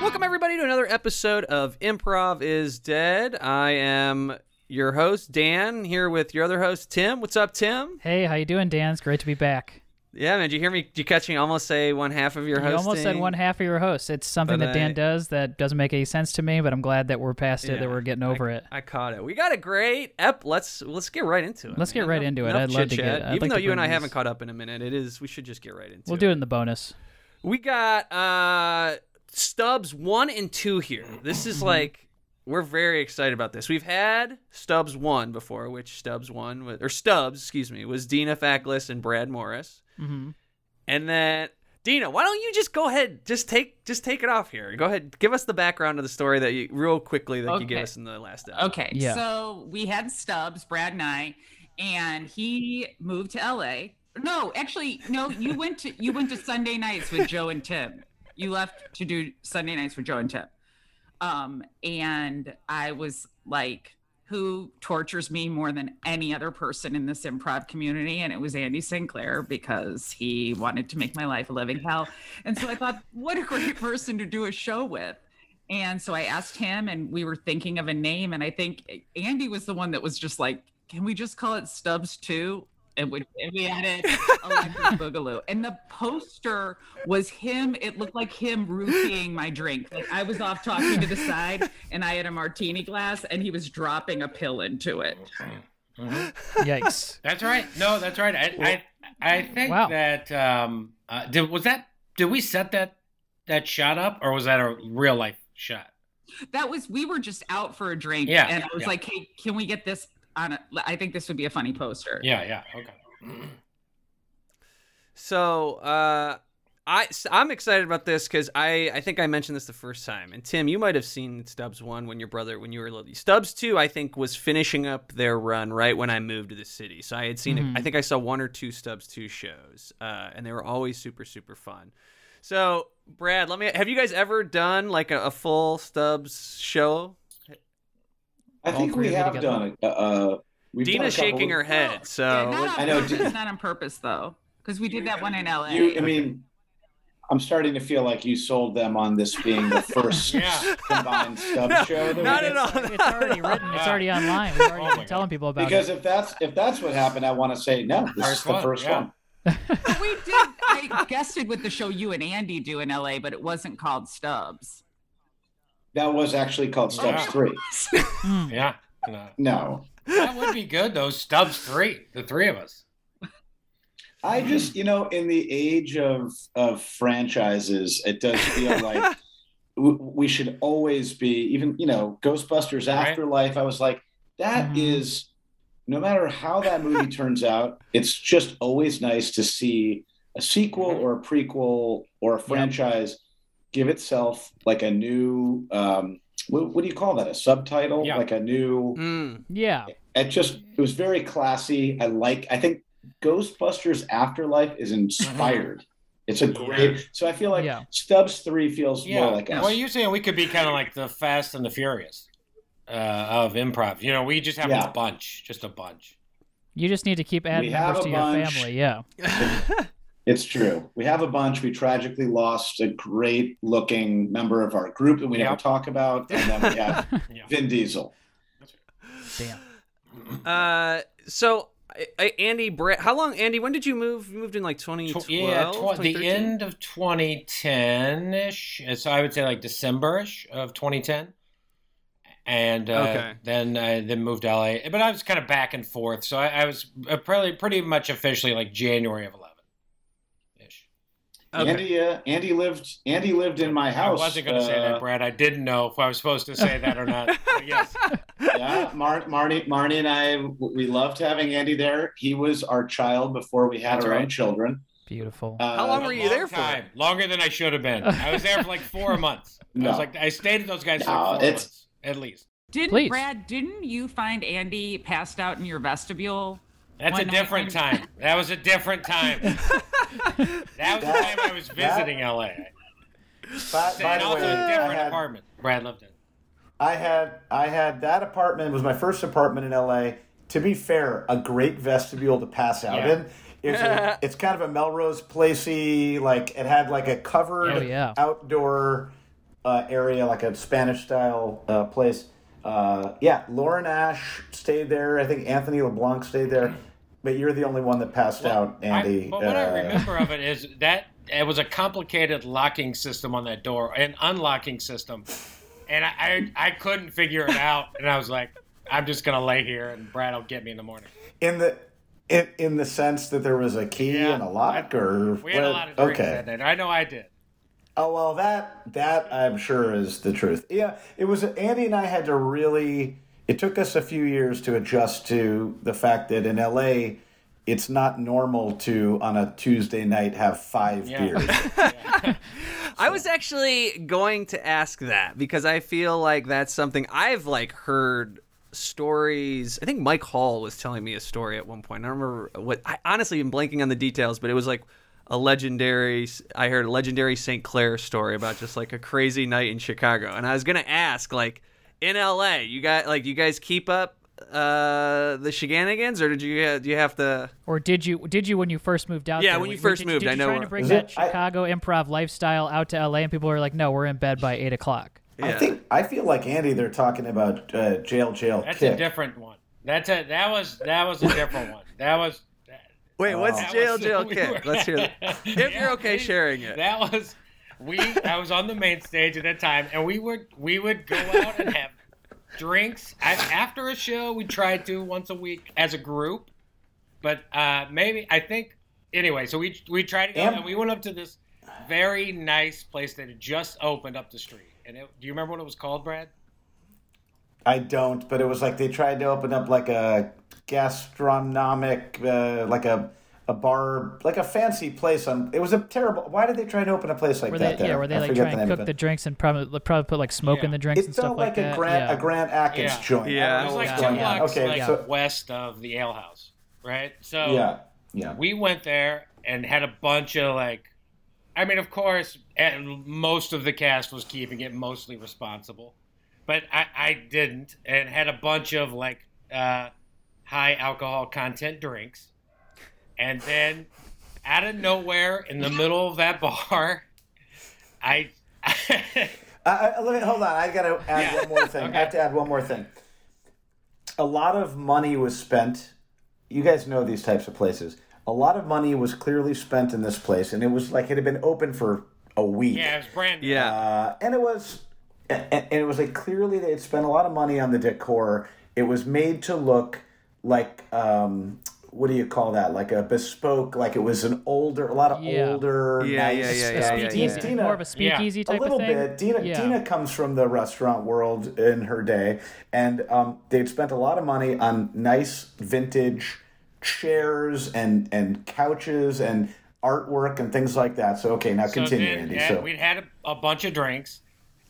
Welcome, everybody, to another episode of Improv is Dead. I am your host, Dan, here with your other host, Tim. What's up, Tim? Hey, how you doing, Dan? It's great to be back. Yeah, man, did you hear me? Did you catch me almost say one half of your You hosting? almost said one half of your host. It's something But that Dan I- does that doesn't make any sense to me, but I'm glad that we're past it, Yeah, that we're getting over it. I caught it. We got a great ep. Let's let's get right into it. Let's get man. right Enough- into it. enough I'd love to chit-chat. get- I'd Even like though to you and I bring haven't this- caught up in a minute, it is. We should just get right into We'll it. do it in the bonus. We got uh stubs one and two here. This Mm-hmm. is like we're very excited about this. We've had Stubbs one before, which Stubbs one was, or Stubbs, excuse me, was Dina Fackless and Brad Morris. hmm Mm-hmm. And then Dina, why don't you just go ahead, just take just take it off here. Go ahead, give us the background of the story that you real quickly that you gave Okay. us in the last episode. Okay. Yeah. So we had Stubbs, Brad Nye, and he moved to LA. No, actually, no, you went to you went to Sunday nights with Joe and Tim. You left to do Sunday nights with Joe and Tim. Um, and I was like, who tortures me more than any other person in this improv community? And it was Andy Sinclair because he wanted to make my life a living hell. And so I thought, what a great person to do a show with. And so I asked him, and we were thinking of a name. And I think Andy was the one that was just like, can we just call it Stubbs 2? And we, and we added Electric Boogaloo. And the poster was him. It looked like him roofing my drink. Like I was off talking to the side, and I had a martini glass, and he was dropping a pill into it. Yikes. That's right. No, that's right. I I, I think Wow. that um uh, did was that did we set that that shot up or was that a real life shot? That was, we were just out for a drink. Yeah, And I was yeah. like, hey, can we get this on? A, I think this would be a funny poster. Yeah, yeah. Okay. So uh, I s- I'm excited about this because I I think I mentioned this the first time, and Tim, you might have seen Stubbs one when your brother when you were little. Stubbs two, I think, was finishing up their run right when I moved to the city. So I had seen Mhm. I think I saw one or two Stubbs two shows, uh, and they were always super super fun. So Brad, let me have you guys ever done like a, a full Stubbs show? I All think three of we them have together. done it. Uh, Uh, we've done Dina's a couple- shaking her head, so Yeah, not on I know, purpose, dude. not on purpose though, because we did that one in LA. You, I mean, I'm starting to feel like you sold them on this being the first Yeah. combined stub No, show. that not we at did. all. It's already written. It's already online. We've already Oh my been God. telling people about Because it. if that's if that's what happened, I want to say no. This is First the one, first yeah. one. But we did. I guested with the show you and Andy do in LA, but it wasn't called Stubbs. That was actually called Stubbs Yeah. Three. Mm. Yeah. No. No, That would be good though. Stubbs three, the three of us. I just you know, in the age of of franchises, it does feel like w- we should always be even you know Ghostbusters Right. Mm-hmm. Afterlife. I was like, that Mhm. is no matter how that movie turns out, it's just always nice to see a sequel Mhm. or a prequel or a franchise give itself like a new um, what, what do you call that? A subtitle, Yeah. like a new. Mm. Yeah. It just it was very classy. I like. I think Ghostbusters Afterlife is inspired. It's a great. So I feel like Yeah. Stubbs Three feels Mm-hmm. Yeah. more like us. Well, you're saying we could be kind of like the Fast and the Furious uh, of improv. You know, we just have Yeah. a bunch, just a bunch. You just need to keep adding We have members a to your bunch. family. Yeah. Hmm. It's true. We have a bunch. We tragically lost a great looking member of our group that we never Yep. talk about. And then we have Yeah. Vin Diesel. Damn. Uh, so. I, I, Andy, Brad, how long, Andy? When did you move? You moved in like 2012, Tw- yeah, tw- the 2013? end of 2010 ish. So I would say like December ish of 2010. And uh, Okay. then I then moved to LA. But I was kind of back and forth. So I, I was uh, probably pretty much officially like January of 11 ish. Okay. Andy, uh, Andy lived. Andy lived in my I house. wasn't going to say uh, that, Brad. I didn't know if I was supposed to say that or not. But yes. yeah, Mar- Marnie, Marnie and I, we loved having Andy there. He was our child before we had That's our own right. children. Beautiful. Uh, How long were you Long there for? time. Longer than I should have been. I was there for like four months. I No. was like, I stayed with those guys for No, like four it's- months at least. Didn't Please. Brad? Didn't you find Andy passed out in your vestibule? That's Why a not? different time. That was a different time. that was the time I was visiting LA. By, by and the also way, a I different had, apartment. Brad lived in. I had I had that apartment was my first apartment in LA. To be fair, a great vestibule to pass out Yeah. in. It's, a, it's kind of a Melrose Placey, like it had like a covered Oh, yeah. outdoor uh, uh, area, like a Spanish style uh, place. Uh, yeah, Lauren Ash stayed there. I think Anthony LeBlanc stayed there, but you're the only one that passed out, Andy. I, but what Uh, I remember of it is that it was a complicated locking system on that door, an unlocking system, and I I, I couldn't figure it out, and I was like, I'm just gonna lay here, and Brad will get me in the morning. in the in, in the sense that there was a key Yeah. and a lock, or We had a what- lot of drinks okay. that night. I know I did. Oh well, that that I'm sure is the truth. Yeah, it was. Andy and I had to really. It took us a few years to adjust to the fact that in LA, it's not normal to on a Tuesday night have five Yeah. beers. I was actually going to ask that because I feel like that's something I've like heard stories. I think Mike Hall was telling me a story at one point. I don't remember what. I honestly am blanking on the details, but it was like a legendary. I heard a legendary St. Clair story about just like a crazy night in Chicago, and I was gonna ask like in L.A. You got like you guys keep up uh the shenanigans or did you uh, do you have to Or did you did you when you first moved out? Yeah, there? when you Were- first did, moved, did I you know trying where- to bring Is that it- I- Chicago improv lifestyle out to LA, and people are like, "No, we're in bed by eight o'clock." I Yeah. think I feel like Andy. They're talking about uh, jail, jail, That's a kick. different one. That's a that was that was a different one. That was. wait what's that jail was- jail we kick were- let's hear that Oh. if Yeah, you're okay we- sharing it That was we. I was on the main stage at that time, and we would we would go out and have drinks I, after a show. We tried to once a week as a group, but uh, maybe I think anyway. So we we tried to go, Am- and we went up to this very nice place that had just opened up the street. And it, do you remember what it was called, Brad? I don't, but it was like they tried to open up like a gastronomic, uh, like a a bar, like a fancy place. On it was a terrible. Why did they try to open a place like Where they that? there? yeah, where they I like forget try the and name of cook it. the drinks and probably probably put like smoke Yeah. in the drinks It and stuff felt like, like, a that. Grant yeah. a Grant Atkins Yeah. joint. Yeah. I It was don't know like what's two going on. blocks Okay, like, so west of the ale house, right? So yeah, yeah. we went there and had a bunch of like i mean of course and most of the cast was keeping it mostly responsible but i, I didn't and had a bunch of like uh, high alcohol content drinks and then out of nowhere in the middle of that bar i I, I, let me, hold on. I got to add Yeah. one more thing. I have to add one more thing. A lot of money was spent. You guys know these types of places. A lot of money was clearly spent in this place, and it was like it had been open for a week. yeah it was brand new yeah Uh, and it was, and, and it was like clearly they had spent a lot of money on the decor. It was made to look like, um, what do you call that? Like a bespoke, like it was an older, a lot of Yeah. older, Yeah, yeah, nice yeah, A yeah, yeah, speakeasy, yeah. Dina- more of a speakeasy type a little of thing. bit. Dina yeah. Dina comes from the restaurant world in her day, and um, they'd spent a lot of money on nice vintage chairs and and couches and artwork and things like that. So okay, now continue, then, Andy. yeah, So we'd had a, a bunch of drinks,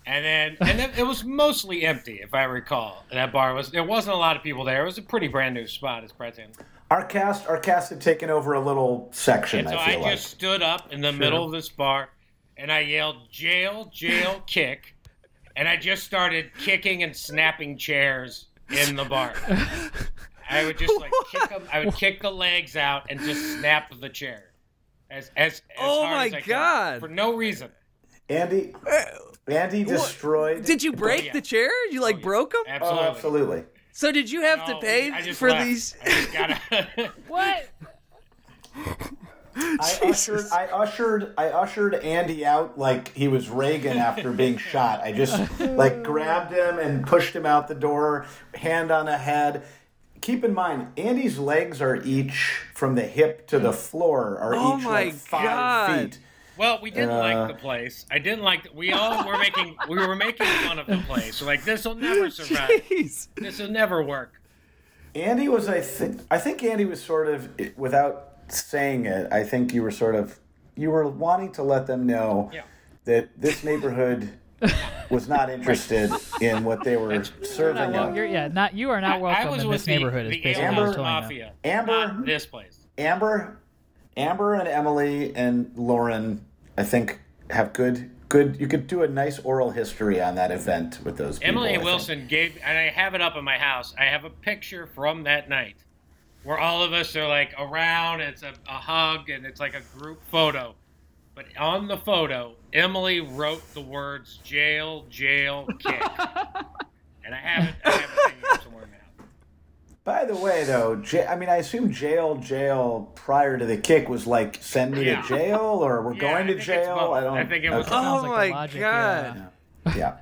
and then and then it was mostly empty, if I recall. That bar was there wasn't a lot of people there. It was a pretty brand new spot, as Brad said. our cast our cast had taken over a little section. And so I I feel just like stood up in the middle of this bar, and I yelled "Jail, jail, kick," and I just started kicking and snapping chairs in the bar. I would just like kick them. I would kick the legs out and just snap the chair. As, as, as Oh hard my as I could, God. for no reason. Andy Uh, Andy destroyed. Did you break Oh, yeah. the chair? You like broke 'em? broke them? Oh, Absolutely. absolutely. So did you have to No, pay Oh, I just for left. these? I just gotta- What? I ushered, I ushered, I ushered Andy out like he was Reagan after being shot. I just like grabbed him and pushed him out the door, hand on a head. Keep in mind, Andy's legs are each from the hip to the floor are Oh each my like five God. feet. well, we didn't like the place. I didn't like. The, we all were making. We were making fun of the place. Like this will never survive. Jeez. This will never work. Andy was, I think, I think Andy was sort of without saying it. I think you were sort of you were wanting to let them know Yeah. that this neighborhood. Was not interested in what they were serving Well, up. you're, yeah, not you are not welcome in this the- neighborhood. The, is basically Ale what you're House Amber- telling them. Mafia. Amber- not this place. Amber, Amber and Emily and Lauren, I think have good good. You could do a nice oral history on that event with those. People, I Emily think. Wilson gave, and I have it up in my house. I have a picture from that night where all of us are like around. It's a, a hug, and it's like a group photo. But on the photo, Emily wrote the words "jail, jail, kick," and I have it. I have it hanging up somewhere now. By the way, though, j- I mean, I assume jail, jail prior to the kick was like, send me Yeah. to jail or we're Yeah, I going to think it's jail. both. I don't. I think it was- Okay. Sounds Oh like the my logic, God. yeah.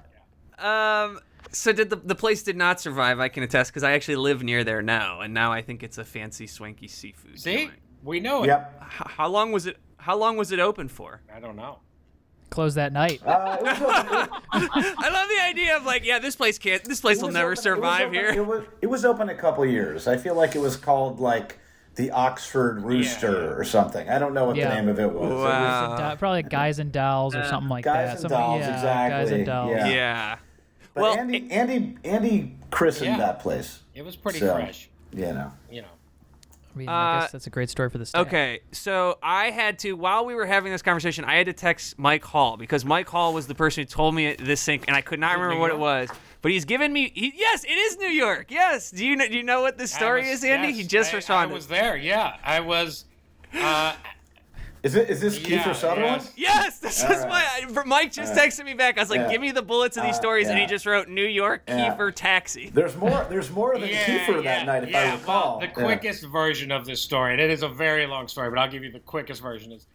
Um. So did the the place did not survive? I can attest because I actually live near there now, and now I think it's a fancy swanky seafood. See, joint. we know it. Yep. H- how long was it? How long was it open for? I don't know. Close that night. Uh, it was open- it- I love the idea of like, yeah, this place can't. This place it will was never open- survive it was here. open- It was, it was open a couple years. I feel like it was called like the Oxford Rooster yeah. or something. I don't know what Yeah. the name of it was. It was- Wow. Do- probably Uh, like guys and dolls or something like Guys that. and Something- dolls, yeah, exactly. Guys and dolls. Yeah. Yeah. but Well, Andy, Andy, Andy christened Yeah. that place. It was pretty So- fresh. You know. You know. I, mean, I Uh, guess that's a great story for the staff. Okay, so I had to while we were having this conversation, I had to text Mike Hall because Mike Hall was the person who told me this thing, and I could not remember New what it was. York? But he's given me. He, yes, it is New York. Yes. Do you know? Do you know what this I story was- is, Andy? yes, he just I- responded. I was there. Yeah, I was. Uh, Is it is this yeah, Kiefer Sutherland? yes. Yes, this All is right. why I, for- Mike just texted me back. I was like, Yeah. "Give me the bullets of these Uh, stories," and he yeah. just wrote New York Yeah. Kiefer taxi. There's more. There's more than Kiefer that night, if I yeah. recall. Well, the Yeah. quickest version of this story, and it is a very long story, but I'll give you the quickest version. Is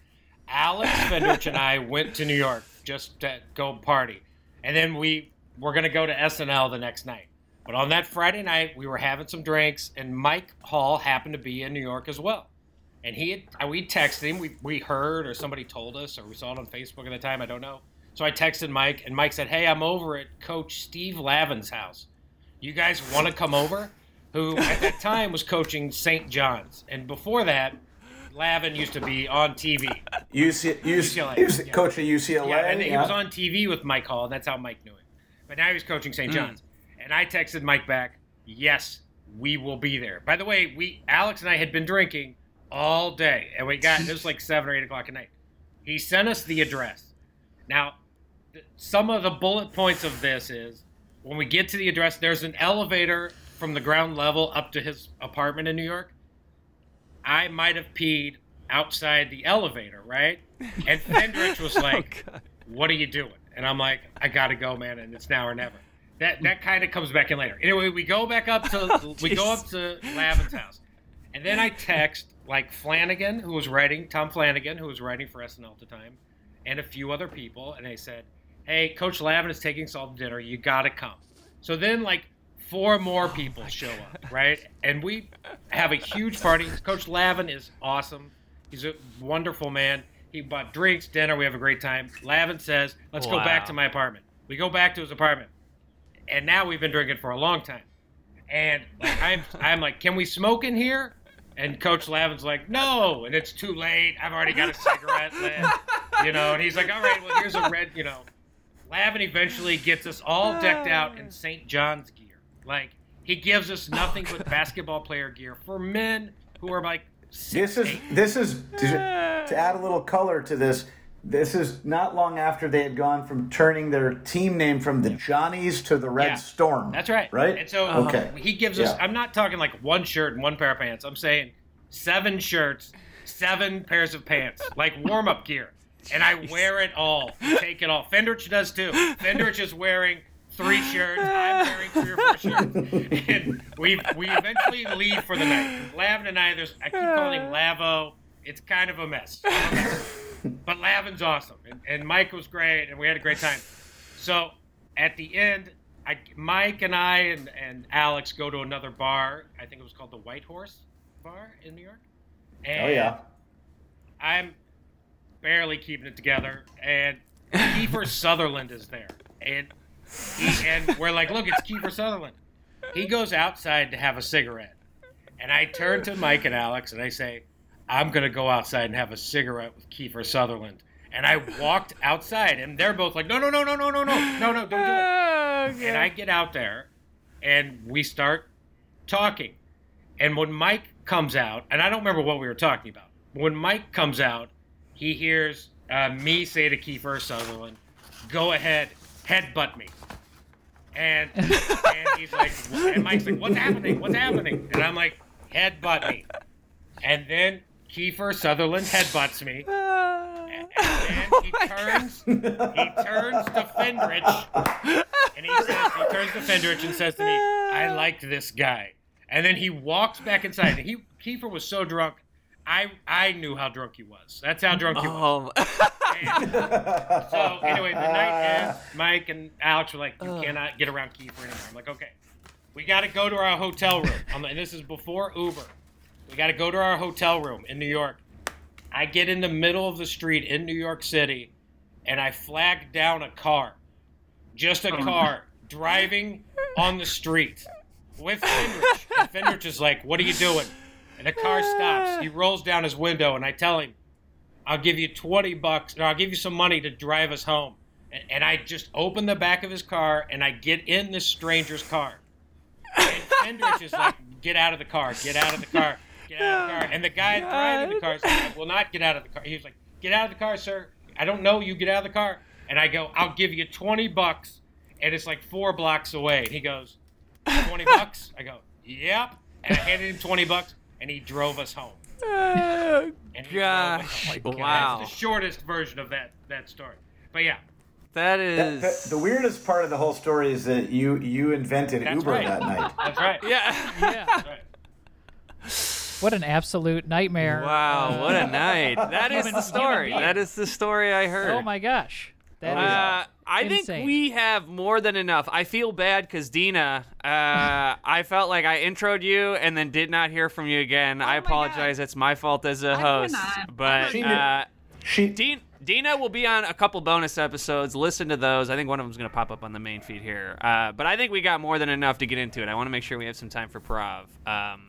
Alex Fenderich and I went to New York just to go party, and then we were going to go to SNL the next night. But on that Friday night, we were having some drinks, and Mike Hall happened to be in New York as well. And he had, uh, we texted him, we, we heard, or somebody told us, or we saw it on Facebook at the time, I don't know. So I texted Mike, and Mike said, Hey, I'm over at Coach Steve Lavin's house. You guys want to come over? Who at that time was coaching St. John's. And before that, Lavin used to be on TV. UC, UC, UCLA, he was the yeah. coach of UCLA. Yeah, and he yeah. was on TV with Mike Hall, and that's how Mike knew it. But now he's coaching St. John's. And I texted Mike back, yes, we will be there. By the way, we Alex and I had been drinking all day, and we got it was like seven or eight o'clock at night. He sent us the address. Now, th- some of the bullet points of this is when we get to the address, there's an elevator from the ground level up to his apartment in New York. I might have peed outside the elevator, right? And Fendrich was like, "What are you doing?" And I'm like, "I gotta go, man, and it's now or never." That that kind of comes back in later. Anyway, we go back up to we go up to Lavin's house, and then I text like Flanagan, who was writing Tom Flanagan, who was writing for SNL at the time, and a few other people, and I said, "Hey, Coach Lavin is taking us all to dinner. You gotta come." So then like four more people show up, right? And we have a huge party. Coach Lavin is awesome. He's a wonderful man. He bought drinks, dinner. We have a great time. Lavin says, "Let's go back Wow. to my apartment." We go back to his apartment, and now we've been drinking for a long time. And like, I'm, I'm like, "Can we smoke in here?" And Coach Lavin's like, "No," and it's too late. I've already got a cigarette lit, you know. And he's like, "All right, well, here's a red, you know." Lavin eventually gets us all decked out in St. John's gear. Like he gives us nothing but basketball player gear for men who are like six, This is this is to, to add a little color to this. This is not long after they had gone from turning their team name from the Johnnies to the Red Yeah. Storm. That's right. Right. And so um, uh, okay. he gives us. Yeah. I'm not talking like one shirt and one pair of pants. I'm saying seven shirts, seven pairs of pants, like warm up gear. And I wear it all. Take it all. Fenderich does too. Fenderich is wearing three shirts. I'm wearing three or four shirts. And we we eventually leave for the night. Lavin and I. There's I keep calling him Lavo. It's kind of a mess. But Lavin's awesome, and, and Mike was great, and we had a great time. So at the end, I, Mike and I and, and Alex go to another bar. I think it was called the White Horse Bar in New York. oh And yeah. I'm barely keeping it together, and Kiefer Sutherland is there, and he, and we're like, look, it's Kiefer Sutherland. He goes outside to have a cigarette, and I turn to Mike and Alex and I say, I'm gonna go outside and have a cigarette with Kiefer Sutherland. And I walked outside, and they're both like, no, no, no, no, no, no, no, no, no, don't do it. And I get out there and we start talking. And when Mike comes out, and I don't remember what we were talking about, when Mike comes out, he hears uh, me say to Kiefer Sutherland, go ahead, headbutt me. And, and he's like, and Mike's like, what's happening? What's happening? And I'm like, headbutt me. And then Kiefer Sutherland headbutts me. And he turns, he turns to Fendrich, and he says, he turns to Fendrich and says to me, "I like this guy." And then he walks back inside. And he Kiefer was so drunk, I I knew how drunk he was. That's how drunk he was. Um, So anyway, the night ends. Mike and Alex were like, "You cannot get around Kiefer anymore." I'm like, "Okay, we got to go to our hotel room." I'm like, and this is before Uber. We got to go to our hotel room in New York. I get in the middle of the street in New York City, and I flag down a car, just a car driving on the street with Fendrich. And Fendrich is like, "What are you doing?" And the car stops. He rolls down his window, and I tell him, I'll give you 20 bucks, or I'll give you some money to drive us home. And, and I just open the back of his car and I get in this stranger's car. And Fendrich is like, get out of the car, get out of the car, get out of the car. And the guy driving the car is like, I will not get out of the car. He was like, get out of the car, sir. I don't know you, get out of the car. And I go, I'll give you 20 bucks. And it's like four blocks away. And he goes, 20 bucks? I go, yep. And I handed him 20 bucks and he drove us home. oh, And he drove us home. gosh! wow, That's the shortest version of that that story. But yeah, that That- is that- the weirdest part of the whole story is that you you invented That's Uber right. that night. that's right. yeah. Yeah. That's right. What an absolute nightmare. Wow, what a night! That is Human- the story. human That is the story I heard. Oh my gosh. That is Uh, I think Insane. we have more than enough. I feel bad because Dina, uh, I felt like I introed you and then did not hear from you again. I Oh my God. apologize. It's my fault as a I'm host. not. But She knew- uh, She Dean, Dina will be on a couple bonus episodes. Listen to those. I think one of them's going to pop up on the main feed here. Uh, but I think we got more than enough to get into it. I want to make sure we have some time for prov. Um,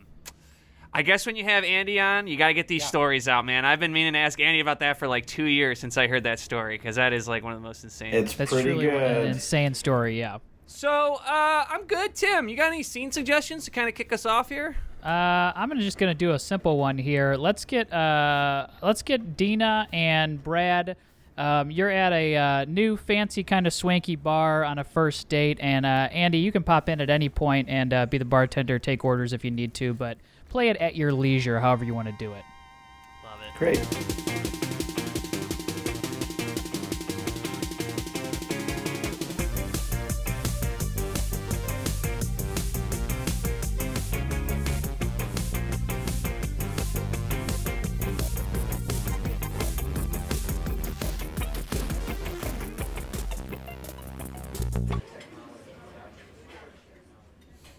I guess when you have Andy on, you got to get these stories out, man. I've been meaning to ask Andy about that for like two years since I heard that story because that is like one of the most insane. it's that's pretty truly an good. insane story, yeah. so uh, I'm good, Tim. You got any scene suggestions to kind of kick us off here? Uh, I'm gonna just gonna do a simple one here. Let's get uh, let's get Dina and Brad. Um, you're at a uh, new fancy kind of swanky bar on a first date, and uh, Andy, you can pop in at any point and uh, be the bartender, take orders if you need to, but play it at your leisure, however you want to do it. Great.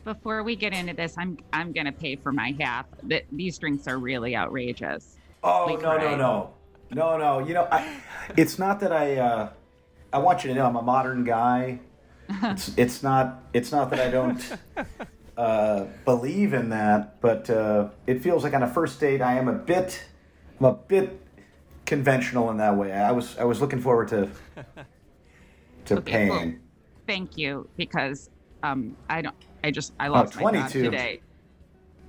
Before we get into this, I'm I'm gonna pay for my half. Th- these drinks are really outrageous. Oh Like, no no right? no no no! You know, I, it's not that I. Uh, I want you to know I'm a modern guy. It's, it's not it's not that I don't uh, believe in that, but uh, it feels like on a first date I am a bit I'm a bit conventional in that way. I was I was looking forward to to Okay, well, paying. Thank you, because um I don't I just I lost my job 22. today.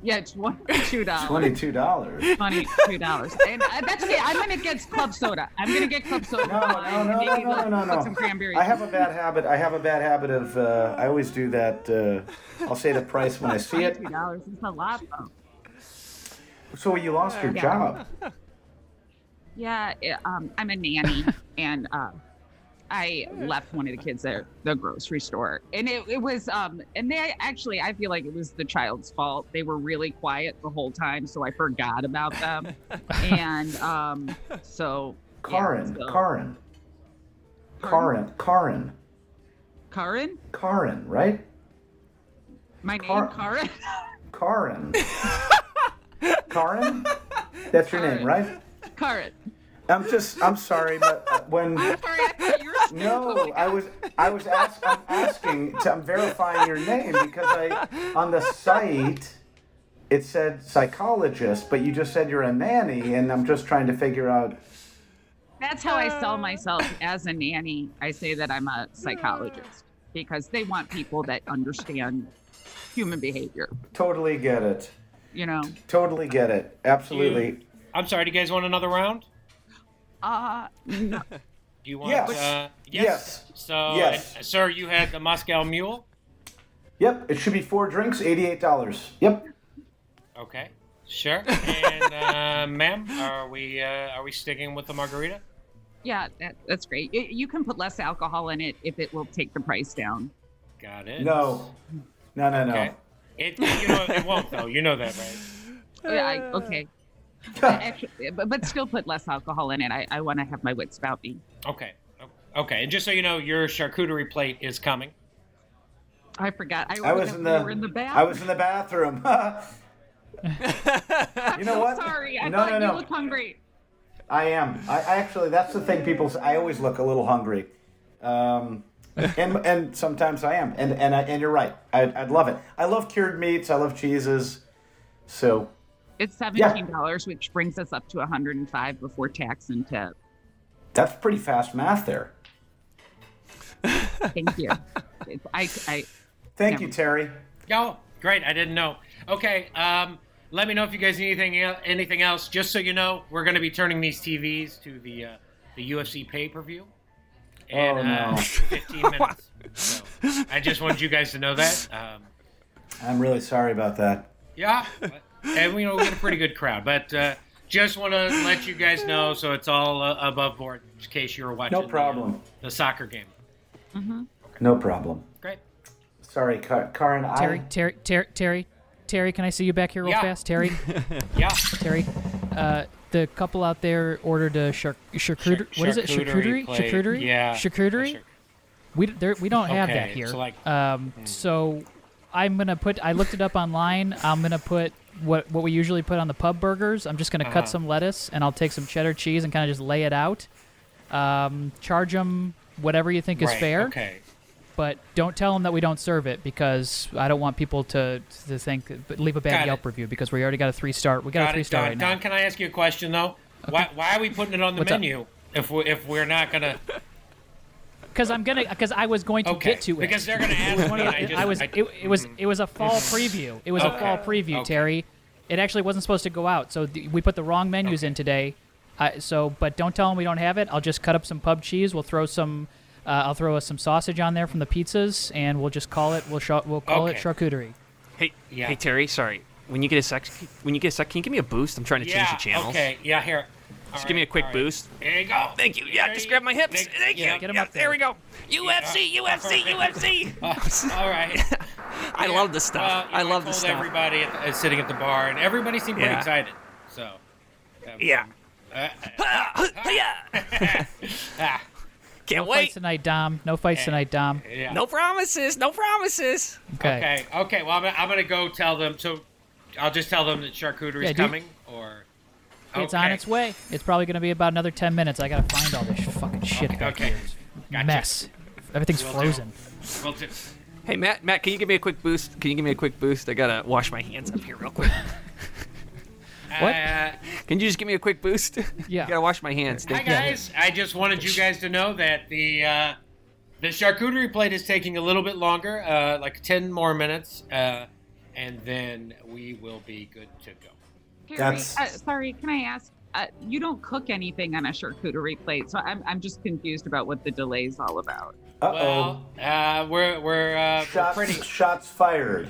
Yeah, twenty-two dollars. Twenty two dollars. Twenty-two dollars, and uh, that's okay. I'm gonna get club soda. I'm gonna get club soda. No, no, and no, no, maybe no, we'll no, no, put no. Some cranberry. I have a bad habit. I have a bad habit of. Uh, I always do that. Uh, I'll say the price when I see it. Twenty-two dollars is a lot. Though. So you lost your Yeah. job. Yeah, it- um, I'm a nanny, and uh, I left one of the kids at the grocery store, and it, it was, um, and they actually, I feel like it was the child's fault. They were really quiet the whole time, so I forgot about them, and um, so yeah, Karin, so- Karin, Pardon? Karin, Karin, Karin, Karin, right? my Kar- name, Karin. Karin. Karin? That's your name, Karin. right? Karin. I'm just, I'm sorry, but uh, when. Sorry, I thought you were. No, I was, I was ask, I'm asking, to, I'm verifying your name because I, on the site, it said psychologist, but you just said you're a nanny, and I'm just trying to figure out. That's how I sell myself as a nanny. I say that I'm a psychologist because they want people that understand human behavior. Totally get it. You know, Totally get it. Absolutely. I'm sorry. Do you guys want another round? uh, no, Do you want? Yes. Uh, Yes. So, Yes. and- uh, sir, you had the Moscow Mule. Yep, it should be four drinks, eighty-eight dollars. Yep. Okay. Sure. And uh, ma'am, are we uh, are we sticking with the margarita? Yeah, that, that's great. You, you can put less alcohol in it if it will take the price down. Got it. No, no, no, no. Okay. It, you know, it won't though. You know that, right? Yeah, Uh, I, okay. Actually, but, but still put less alcohol in it. I, I want to have my wits about me. Okay. Okay. And just so you know, your charcuterie plate is coming. I forgot. I, I was in the, we were in the bathroom. I was in the bathroom. you know what? Oh, Sorry, I no, thought no, no. you looked hungry. I am. I, I actually, that's the thing. People, say, I always look a little hungry, um, and and sometimes I am. And and I, and you're right. I, I'd love it. I love cured meats. I love cheeses. So It's seventeen dollars, which brings us up to one hundred and five before tax and tip. that's pretty fast math there. Thank you. It's- I, I, Thank Yeah. you, Terry. Oh, great! I didn't know. Okay, um, let me know if you guys need anything el- anything else. Just so you know, we're going to be turning these TVs to the uh, the UFC pay per view in Oh, no. uh, 15 minutes. So, I just wanted you guys to know that. Um, I'm really sorry about that. yeah, and we know we get a pretty good crowd, but uh, just want to let you guys know so it's all uh, above board in case you were watching. No the, uh, problem. The, soccer game. No problem. Great. Sorry, Car- Karin. I- Terry, Terry, Terry, Terry, Terry, can I see you back here real Yeah. fast? Terry, Yeah. Terry, uh, the couple out there ordered a char- charcuterie. what is it? Charcuterie? plate. Charcuterie? Yeah. Charcuterie? We, there, we don't have that Okay, here. so like- hmm. um, so I'm gonna put. I looked it up online. I'm gonna put what what we usually put on the pub burgers. I'm just gonna Uh-huh. cut some lettuce and I'll take some cheddar cheese and kind of just lay it out. Um, charge them whatever you think is Right, fair, Okay. but don't tell them that we don't serve it because I don't want people to to think but leave a bad Got it. Yelp review because we already got a three star. We got, Got a it, three star Don, right Don, now. can I ask you a question though? Why, why are we putting it on the What's up? menu if we if we're not gonna? Because I'm gonna because I was going to Okay. get to it. because they're gonna ask one me. of I, the, just, I was I- Mm-hmm. it, it was it was a fall preview. It was a Okay. fall preview, Okay. Terry. It actually wasn't supposed to go out, so th- we put the wrong menus in today. I so, but don't tell them we don't have it. I'll just cut up some pub cheese. We'll throw some. Uh, I'll throw us some sausage on there from the pizzas, and we'll just call it. We'll sh- we'll call it Okay. charcuterie. Hey, Yeah. hey Terry, sorry. When you get a sec, when you get a sec, can you give me a boost? I'm trying to yeah. change the channels. Okay. Yeah. Here. Just give me a quick boost. There you go. Thank you. Yeah, There just grab my hips. Thank you. yeah. Get 'em yeah, up there. there. we go. UFC, UFC, UFC. Uh, all right. I love this stuff. Well, Uh, you know, I love told this stuff. Everybody at the, uh, sitting at the bar, and everybody seemed pretty Yeah. excited. So. that- Yeah. Uh, yeah. ah, Can't No wait. fights tonight, Dom. No fights Eh. tonight, Dom. yeah. No promises. No promises. Okay. Okay. Okay. Well, I'm gonna, I'm gonna go tell them. So, I'll just tell them that charcuterie is Yeah, do- coming, or It's on Okay. its way. It's probably going to be about another ten minutes. I gotta find all this fucking shit back Okay. here. Gotcha. Mess. Everything's Will do. frozen. Well, t- Hey Matt, Matt, can you give me a quick boost? Can you give me a quick boost? I gotta wash my hands up here real quick. What? Uh, Can you just give me a quick boost? Yeah. gotta wash my hands. Thank hi you. guys. I just wanted you guys to know that the uh, the charcuterie plate is taking a little bit longer, uh, like ten more minutes, uh, and then we will be good to go. Terry, That's- uh, sorry. Can I ask? Uh, you don't cook anything on a charcuterie plate, so I'm I'm just confused about what the delay's all about. Uh oh. Well, uh, we're we're, uh, we're Shots, pretty. shots fired.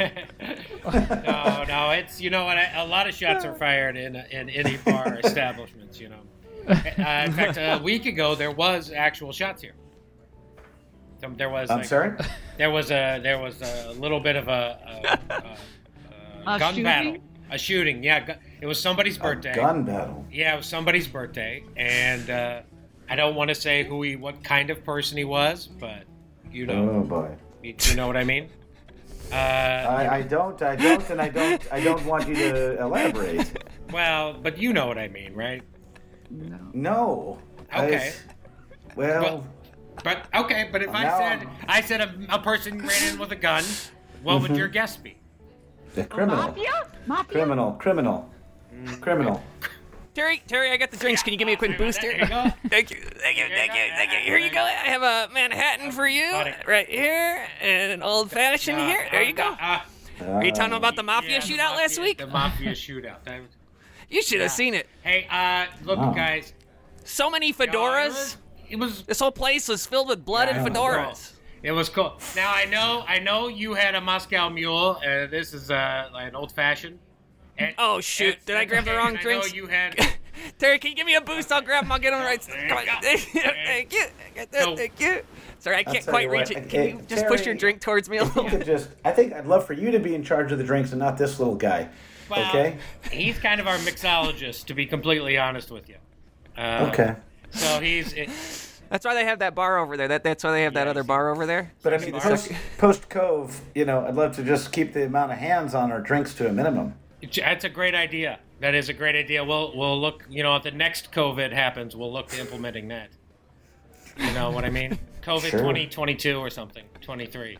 No, no, it's you know what? I- A lot of shots are fired in in any bar establishments. You know, uh, in fact, a week ago there was actual shots here. Some- There was. I'm like, sorry. There was a there was a little bit of a, a, a, a A gun shooting? battle, a shooting. Yeah, gu- it was somebody's birthday. Gun battle. Yeah, it was somebody's birthday, and uh, I don't want to say who he, what kind of person he was, but you know, Oh boy. you, you know what I mean. Uh, I, I don't. I don't. And I don't. I don't want you to elaborate. well, but you know what I mean, right? No. I- Okay. well, Well, but okay, but if I Now said I'm- I said a, a person ran in with a gun, what Mm-hmm. would your guess be? the criminal. Mafia? Mafia? Criminal. Criminal. Criminal. Terry, Terry, I got the drinks. Can you give me a quick boost There here? you go. Thank you, thank you, thank you, thank you. Here you go. I have a Manhattan for you Got it. right here, and an old fashioned here. There you go. Uh, Are you telling them about the mafia yeah, the shootout last mafia- week? The mafia shootout. That was- You should have seen it. Hey, uh, look, Wow. guys. So many y'all, fedoras. It was. It was This whole place was filled with blood Yeah, and it was fedoras. It was cool. Now I know, I know you had a Moscow Mule. Uh, this is uh, like an old fashioned. And- Oh shoot! and- Did I grab the and wrong I drinks? know you had. Terry, can you give me a boost? I'll grab him. I'll get on the right. side. Come on. Thank you. I got that. Go. Thank you. Sorry, I can't tell quite you reach what, it. Can you okay, just push your Terry. drink towards me a little? Uh, You could just. I think I'd love for you to be in charge of the drinks and not this little guy. Well, okay. He's kind of our mixologist, to be completely honest with you. Uh, Okay. So he's it, That's why they have that bar over there. That, that's why they have that Yeah, other I see. bar over there. But I mean, post, post Cove, you know, I'd love to just keep the amount of hands on our drinks to a minimum. that's a great idea. That is a great idea. We'll we'll look. You know, if the next COVID happens, we'll look to implementing that. You know what I mean? COVID Sure. twenty twenty two or something twenty three.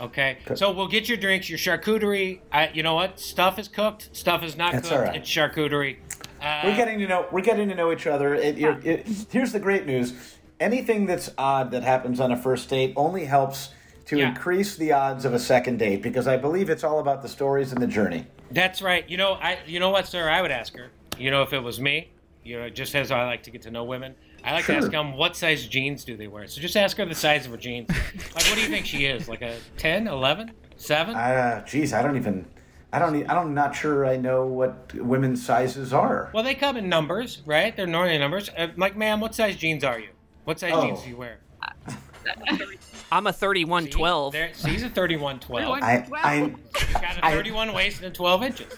Okay, so we'll get your drinks, your charcuterie. I, you know what? Stuff is cooked. Stuff is not That's cooked. all right. It's charcuterie. Uh, We're getting to know. We're getting to know each other. It, you're- it- here's the great news: anything that's odd that happens on a first date only helps to Yeah. increase the odds of a second date because I believe it's all about the stories and the journey. That's right. You know, I you know what, sir? I would ask her. You know, if it was me, you know, just as I like to get to know women, I like Sure. to ask them what size jeans do they wear. So just ask her the size of her jeans. like, what do you think she is? Like a 10, 11, 7? Uh, geez, I don't even. I don't. e- I don't. Not sure. I know what women's sizes are. well, they come in numbers, right? They're normally numbers. Uh, like, ma'am, what size jeans are you? What size Oh. jeans do you wear? I'm a 3112. There, she's a 31, 12. I. I. She's got a I- 31 waist and 12 inches.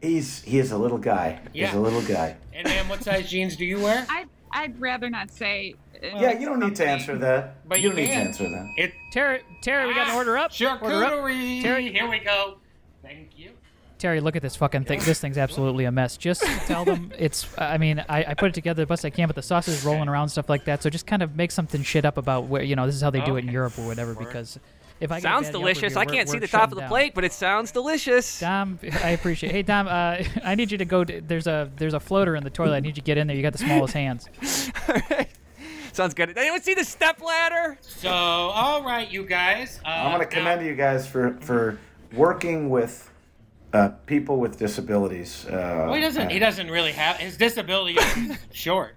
He's. He is a little guy. He's Yeah. a little guy. And ma'am, what size jeans do you wear? I'd, I'd rather not say. uh, Yeah, you don't need to answer that. But you you don't need to can. answer that. It Terry, Terry, we got an Ah, order up. Order up. Charcuterie. Terry- Here we go. Thank you. Terry, look at this fucking thing. This thing's absolutely a mess. Just tell them it's. I mean, I, I put it together the best I can, but the sauce is rolling around and stuff like that. So just kind of make something shit up about where you know this is how they do it in Okay. Europe or whatever. Because if I get a sounds bad Yelp delicious. review, I we're- can't see we're the top shutting of the down. plate, but it sounds delicious. Dom, I appreciate. Hey Dom, uh, I need you to go. To, there's a there's a floater in the toilet. I need you to get in there. You got the smallest hands. Sounds good. Did anyone see the step ladder? So, all right, you guys. Uh, I'm going to commend you guys for for working with uh, people with disabilities. Uh, Well, he doesn't. He doesn't really have his disability. is short.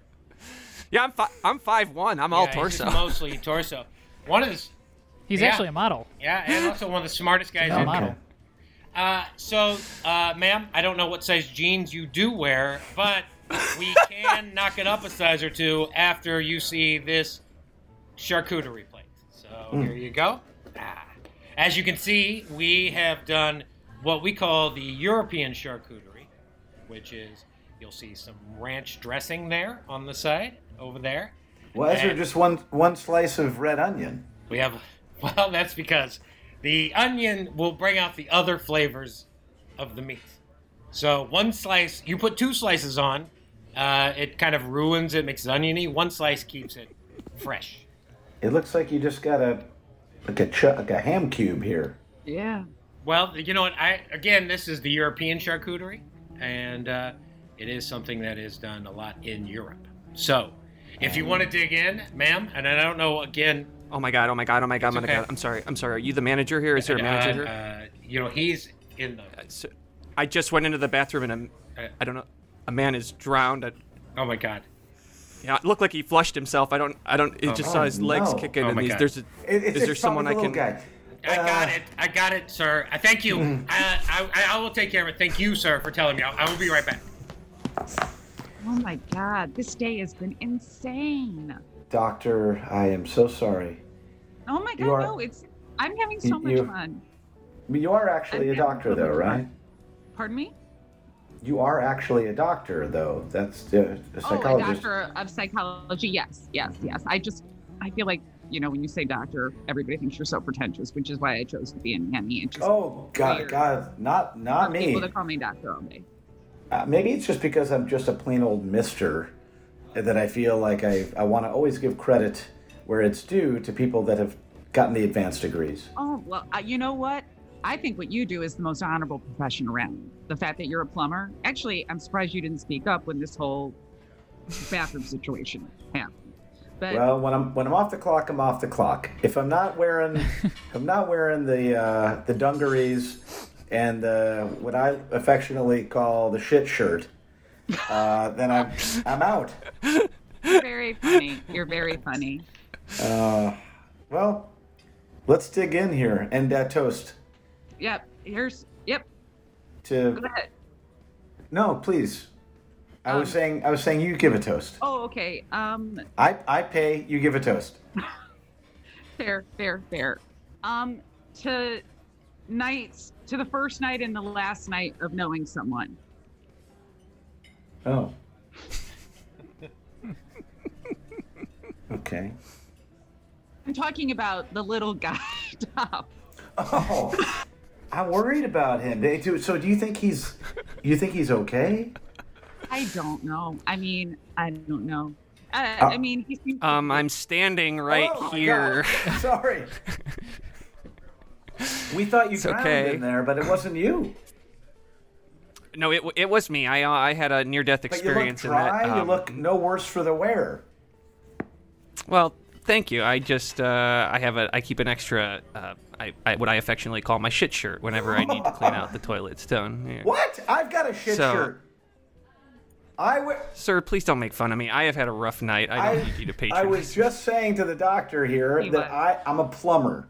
Yeah, I'm fi- I'm five one. I'm all Yeah, he's torso. just mostly torso. One of the s- He's Yeah. actually a model. yeah, and also one of the smartest guys. A in model. Uh, so, uh, ma'am, I don't know what size jeans you do wear, but we can knock it up a size or two after you see this charcuterie plate. So here you go. Ah. As you can see, we have done what we call the European charcuterie, which is you'll see some ranch dressing there on the side over there. Why is there just one one slice of red onion? We have, well, that's because the onion will bring out the other flavors of the meat. So one slice, you put two slices on, uh, it kind of ruins it, makes it oniony. One slice keeps it fresh. It looks like you just got a like a chu- like a ham cube here. Yeah. Well, you know what? I again, this is the European charcuterie, and uh, it is something that is done a lot in Europe. So, if you want to dig in, ma'am, and I don't know again Oh my god! Oh my god! Oh my god! Oh my okay. god! I'm sorry. I'm sorry. Are you the manager here? Is there a manager Uh, here? uh, you know, he's in the. So- I just went into the bathroom and a, Uh, I don't know. A man is drowned. I, Oh my God. yeah, it looked like he flushed himself. I don't. I don't. It just saw his Oh, legs no. kicking. Oh and my these, God. there's a, It, it's is there it's probably someone the I little can? Guy. I got Uh, it. I got it, sir. I thank you. Uh, I, I, I will take care of it. Thank you, sir, for telling me. I, I will be right back. Oh my God. This day has been insane. Doctor, I am so sorry. Oh my You God. are- No, it's. I'm having so You- much you- fun. But You are actually a doctor, though, right? Pardon me? You are actually a doctor, though. That's uh, Oh, a a psychologist. Mm-hmm. doctor of psychology. Yes, yes, yes. I just, I feel like, you know, when you say doctor, everybody thinks you're so pretentious, which is why I chose to be in Miami. And just Oh God, Weird. God, not not me. people that call me doctor all day. Uh, maybe it's just because I'm just a plain old mister that I feel like I, I want to always give credit where it's due to people that have gotten the advanced degrees. Oh, well, uh, you know what? I think what you do is the most honorable profession around. The fact that you're a plumber. Actually, I'm surprised you didn't speak up when this whole bathroom situation happened. But Well, when I'm when I'm off the clock, I'm off the clock. If I'm not wearing, if I'm not wearing the uh, the dungarees and uh, what I affectionately call the shit shirt, uh, then I'm I'm out. you're very funny. You're very funny. Well, let's dig in here and uh, toast Yep. Here's, yep. to Go ahead. no, please. I was saying I was saying you give a toast. Oh, okay. Um, I, I pay, you give a toast. fair, fair, fair. Um, to nights, to the first night and the last night of knowing someone. Oh. okay. I'm talking about the little guy top. Oh. I'm worried about him. They do, so do you think he's you think he's okay? I don't know. I mean, I don't know. I, Uh, I mean, he seems Um, I'm standing right Oh, my here. God. Sorry. We thought you drowned okay. in there, but it wasn't you. No, it, w- it was me. I uh, I had a near death But you look experience dry. in that. you um, look no worse for the wear. Well, thank you. I just uh, I have a I keep an extra uh, I, I what I affectionately call my shit shirt whenever I need to clean out the toilet stone. Yeah. What? I've got a shit So- shirt. I wa- Sir, please don't make fun of me. I have had a rough night. I don't need you to I patronize. was just saying to the doctor here that I, I'm a plumber,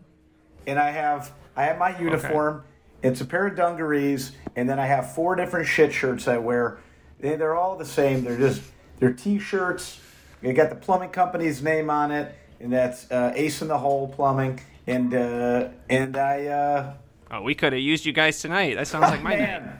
and I have I have my uniform. It's a pair of dungarees, and then I have four different shit shirts I wear. They, they're all the same. They're just they're t-shirts. They got the plumbing company's name on it, and that's uh, Ace in the Hole Plumbing. And uh, and I uh, Oh, we could have used you guys tonight. That sounds like my night. man,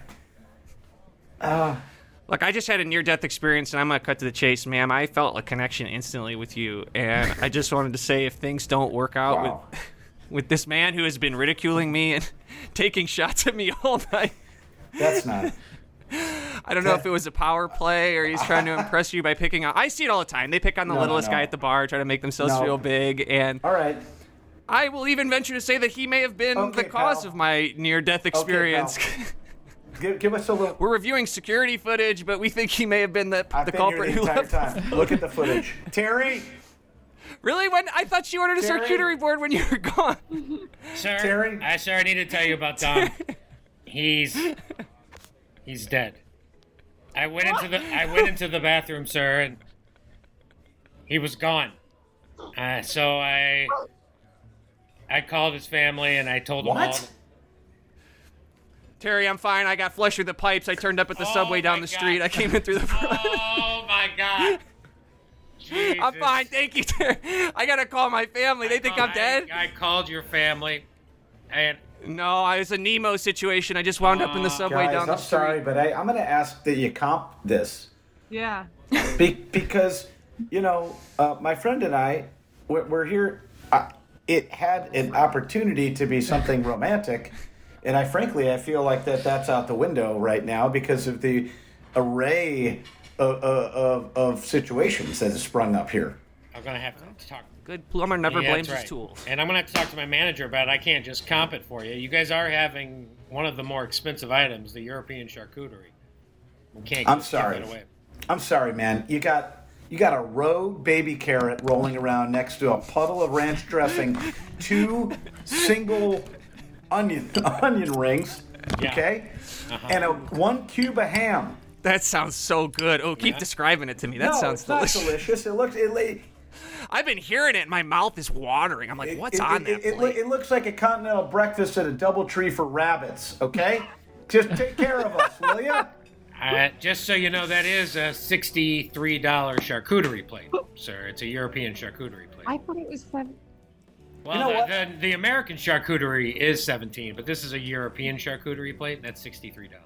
Look, I just had a near death experience, and I'm gonna cut to the chase, ma'am. I felt a connection instantly with you, and I just wanted to say if things don't work out Wow. with with this man who has been ridiculing me and taking shots at me all night. that's not. I don't know if it was a power play or he's trying to impress you by picking on. I see it all the time. They pick on the No, no, littlest no. guy at the bar, try to make themselves No. feel big, and All right. I will even venture to say that he may have been Okay, the cause pal. of my near-death experience. Give, give us a look. We're reviewing security footage, but we think he may have been the, I've the been here culprit the who entire left. time. Look at the footage, Terry. Really? When I thought she ordered a Jerry? charcuterie board when you were gone. Sir, Terry? I sir, I need to tell you about Dom. he's he's dead. I went into the I went into the bathroom, sir, and he was gone. Uh, so I I called his family and I told them all. What? Terry, I'm fine. I got flushed through the pipes. I turned up at the Oh subway down my the God. street. I came in through the front. Oh my god! I'm Jesus. fine. Thank you, Terry. I gotta call my family. They think Oh, I'm I- dead. I called your family, and No, I was a Nemo situation. I just wound up in the subway Guys, down the I'm street. sorry, but I, I'm going to ask that you comp this yeah. Be, because, you know, uh, my friend and I, we're, we're here. I, it had an opportunity to be something romantic, and I frankly I feel like that that's out the window right now because of the array of, uh, of, of situations that has sprung up here. I'm gonna have to talk. Good plumber never Yeah, blames that's his right. tools. And I'm gonna have to talk to my manager about it. I can't just comp it for you. You guys are having one of the more expensive items, the European charcuterie. We can't. I'm just give sorry. that away. I'm sorry, man. You got you got a rogue baby carrot rolling around next to a puddle of ranch dressing, two single onion onion rings, Yeah. okay, and a one cube of ham. That sounds so good. Oh, keep describing it to me. That no, sounds it's not delicious. delicious. It looks it, it, I've been hearing it. and My mouth is watering. I'm like, it, what's it, on it, that it, plate? it looks like a continental breakfast at a double tree for rabbits. Okay, just take care of us, will you? Uh, just so you know, that is a sixty-three dollar charcuterie plate, sir. It's a European charcuterie plate. I thought it was seven. well, know the, what? The, the American charcuterie is seventeen, but this is a European charcuterie plate, and that's sixty-three dollars.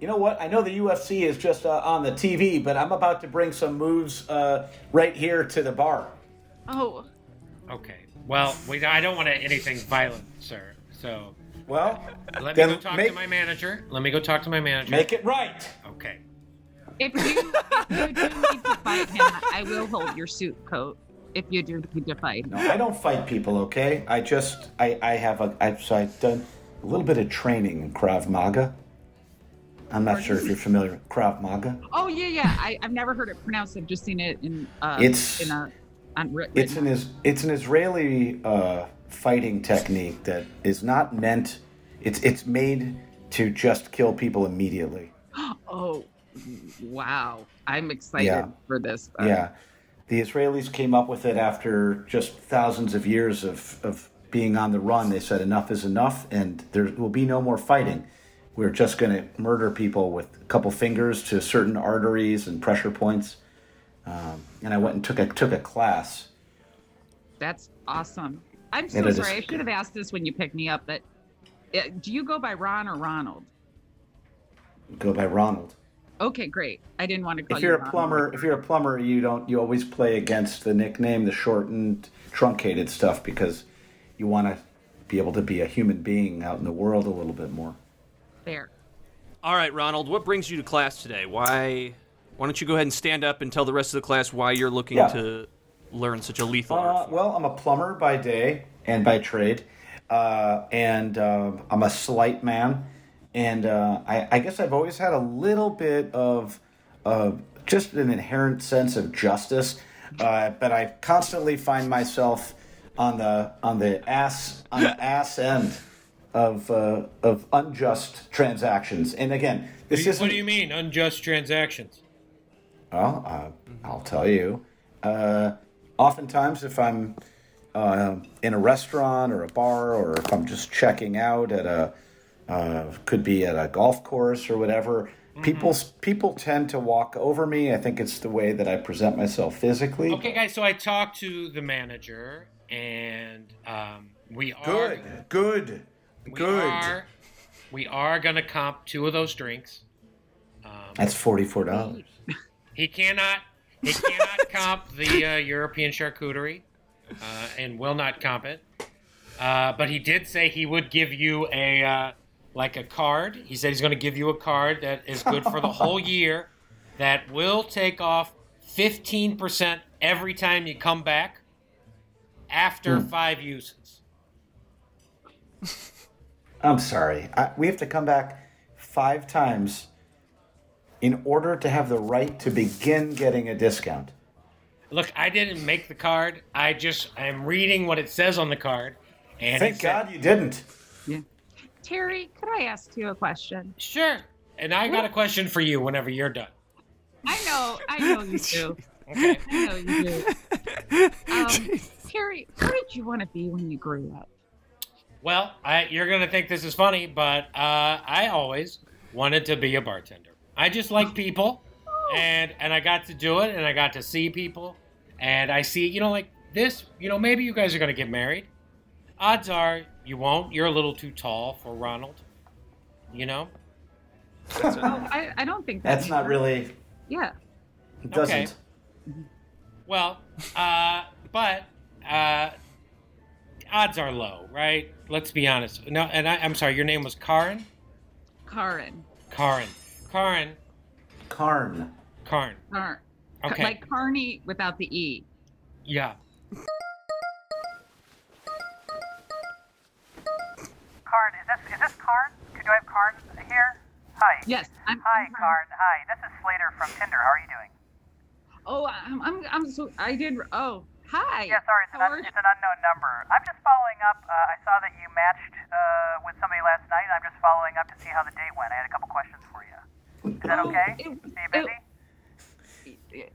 You know what? I know the UFC is just uh, on the TV, but I'm about to bring some moves uh, right here to the bar. Oh, Okay. Well, we, I don't want anything violent, sir. So Well, let me Then go talk make- to my manager. Let me go talk to my manager. make it right. Okay. if you, if you do need to fight him, I will hold your suit coat. If you do need to fight, No, I don't fight people. Okay, I just I I have a I've so I've done a little bit of training in Krav Maga. I'm not sure if you're familiar with Krav Maga. Oh yeah, yeah. I, I've never heard it pronounced. I've just seen it in uh, It's- in a on writ- It's written. an is it's an Israeli uh, fighting technique that is not meant. It's it's made to just kill people immediately. oh wow! I'm excited Yeah. for this. though. Yeah. The Israelis came up with it after just thousands of years of, of being on the run. They said enough is enough and there will be no more fighting. we're just going to murder people with a couple fingers to certain arteries and pressure points. Um, and I went and took a took a class. That's awesome. I'm And so I just- sorry. I should have asked this when you picked me up, but uh, do you go by Ron or Ronald? Go by Ronald. Okay, great. I didn't want to call If you you're a Ronald. plumber, if you're a plumber, you don't you always play against the nickname, the shortened, truncated stuff because you want to be able to be a human being out in the world a little bit more. There. All right, Ronald, what brings you to class today? Why why don't you go ahead and stand up and tell the rest of the class why you're looking Yeah. to learn such a lethal art Uh, form? well, I'm a plumber by day and by trade, uh, and um I'm a slight man, and uh, I, I guess I've always had a little bit of uh, just an inherent sense of justice, uh, but I constantly find myself on the on the ass on the ass end of uh, of unjust transactions. And again, this Do you- isn't what do you mean, unjust transactions? well, uh, I'll tell you. Uh, oftentimes, if I'm uh, in a restaurant or a bar, or if I'm just checking out at a uh, could be at a golf course or whatever, Mm-hmm. people people tend to walk over me. I think it's the way that I present myself physically. Okay, guys. So I talked to the manager, and um, we are Good, good, we good. are we are gonna comp two of those drinks. Um, That's forty four dollars. He cannot he cannot comp the uh, European charcuterie, uh, and will not comp it. Uh, but he did say he would give you a uh, like a card. He said he's going to give you a card that is good for the whole year, that will take off fifteen percent every time you come back after Hmm. five uses. I'm sorry. I, we have to come back five times in order to have the right to begin getting a discount. Look, I didn't make the card. I just I'm reading what it says on the card. And it Thank said- God you didn't. Terry, could I ask you a question? Sure. And I got a question for you whenever you're done. I know, I know you do. Okay. I know you do. Um, Terry, what did you want to be when you grew up? Well, I, you're gonna think this is funny, but uh, I always wanted to be a bartender. I just like people, and and I got to do it, and I got to see people, and I see, you know, like this, you know, maybe you guys are gonna get married. Odds are you won't. You're a little too tall for Ronald. You know. I, I don't think That's not really. Yeah. It doesn't. Okay. Well, uh, but uh, odds are low, right? Let's be honest. No, and I, I'm sorry. Your name was Karin. Karin. Karin. Karin. Karn. Karin. Car- Okay. Like Carney without the E. yeah. Karn, is this is this Karn? Do I have Karn here? Hi. Yes. Mm-hmm. I'm, Hi, Karn. Hi, this is Slater from Tinder. How are you doing? Oh, I'm, I'm, I'm so, I did, oh, hi. Yeah, sorry, it's an, How are un- it's an unknown number. I'm just following up. Uh, I saw that you matched uh, with somebody last night. I'm just following up to see how the date went. I had a couple questions for you. Is that Oh, okay? it- Are you it- busy? you?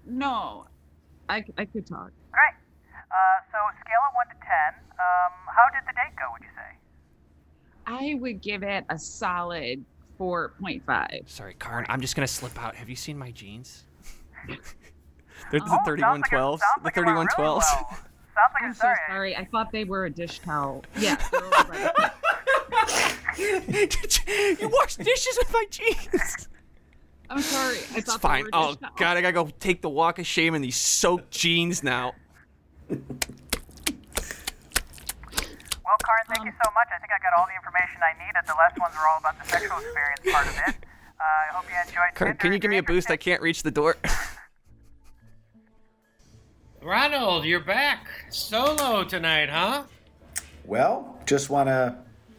No, I, I could talk. Great. Uh, so scale of one to ten. Um, how did the date go? Would you say? I would give it a solid 4.5. Sorry, Karn. I'm just gonna slip out. Have you seen my jeans? They're the Oh, sounds like it- 3112s. sounds The like it went really 3112s. well. Sounds like I'm it's so sorry. sorry. I thought they were a dish towel. Yeah. they're all right. you wash dishes with my jeans. I'm sorry. I It's thought fine. they were a Oh dish towel. god, I gotta go take the walk of shame in these soaked jeans now. Well, Karin, thank you so much. I think I got all the information I need. The last ones were all about the sexual experience part of it. Uh, I hope you enjoyed. Karn, Tinder. can you If give me a you're boost? I interested- can't reach the door. Ronald, you're back solo tonight, huh? Well, just want to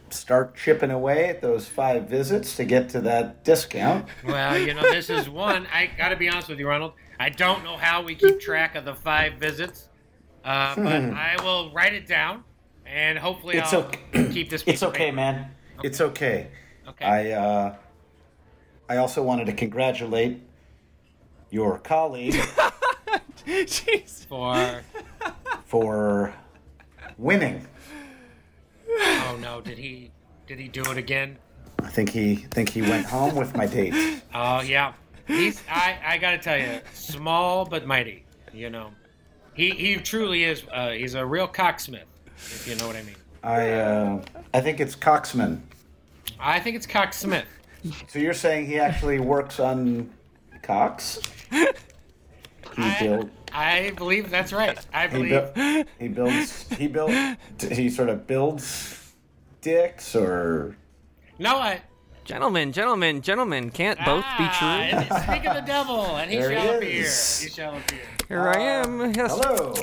start chipping away at those five visits to get to that discount. Well, you know, this is one. I got to be honest with you, Ronald. I don't know how we keep track of the five visits, uh, but I will write it down, and hopefully Hmm. It's I'll okay. keep this. piece It's of okay, paper. man. It's okay. Okay. I uh, I also wanted to congratulate your colleague For for winning. oh no, did he did he do it again? I think he think he went home with my date. Oh yeah, he's. I I gotta tell you, small but mighty. You know, he he truly is. Uh, he's a real cocksmith, if you know what I mean. I uh, I think it's Coxman. I think it's cocksmith. So you're saying he actually works on Cox? He built. I believe that's right. I He, believe. built. he builds. He built. He sort of builds dicks, or No, I. Gentlemen, gentlemen, gentlemen, can't both be Ah, true? and Speak of the devil, and he There he shall is. appear. He shall appear. Here I am. Yes, hello,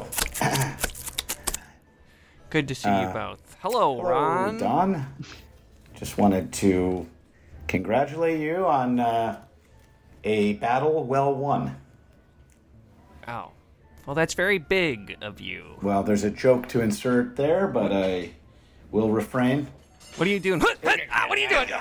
good to see you both. Hello, Uh, hello, Ron. Don. Just wanted to congratulate you on uh, a battle well won. Oh, well, that's very big of you. Well, there's a joke to insert there, but I will refrain. What are you doing? Huh, huh, ah, what are you doing?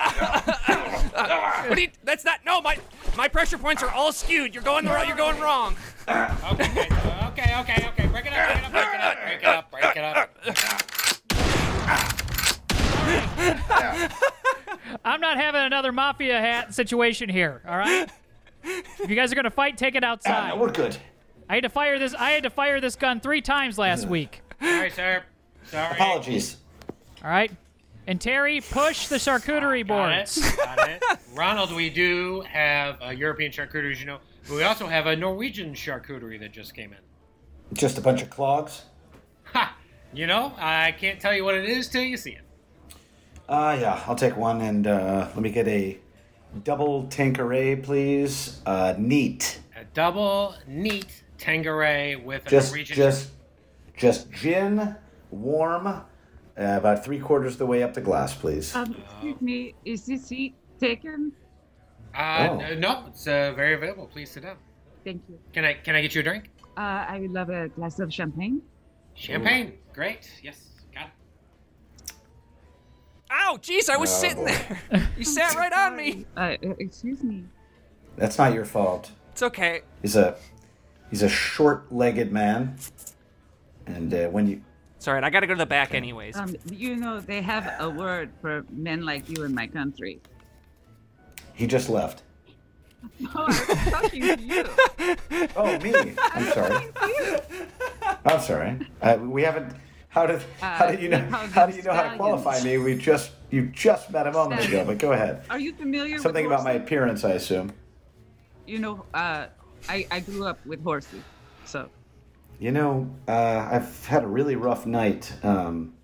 Ah, what are you, that's not. No, my my pressure points are all skewed. You're going the wrong. You're going wrong. Okay, okay, okay, okay. Break it up, break it up, break it up, break it up, break it up. I'm not having another mafia hat situation here. All right. if you guys are gonna fight, take it Ah, outside. we're good. I had to fire this. I had to fire this gun three times last week. Sorry, sir. Oh, Sorry. Apologies. All right. And Terry, push the charcuterie Got boards. it. Got it. Ronald, we do have a European charcuterie, as you know, but we also have a Norwegian charcuterie that just came in. Just a bunch of clogs. Ha! You know, I can't tell you what it is till you see it. Uh, yeah, I'll take one and uh, let me get a double tanqueray, please. Uh, neat. A double neat Tangeray with a Just, Norwegian. just, just gin, warm, uh, about three quarters of the way up the glass, please. Um, excuse me, is this seat taken? uh, Oh. n- No, it's uh, very available. Please sit down. Thank you. Can I can I get you a drink? Uh, I would love a glass of champagne. Champagne. Great. Yes. Got it. Ow, jeez, I was Oh, sitting boy. there. You sat right on me. Uh, uh, excuse me. That's not your fault. It's okay. He's a, he's a short-legged man, and uh, when you, It's all right. I gotta go to the back anyways. Uh, Um, you know, they have a word for men like you in my country. he just left. Oh, I was talking to you. Oh, me. I'm sorry. I'm sorry. Uh, we haven't. How did how Uh, did you know how how do the you know how to stallions- qualify me? We just you just met a moment ago, but go ahead. Are you familiar Something with about my horses? appearance, I assume. You know, uh, I, I grew up with horses, so. You know, uh, I've had a really rough night. Um,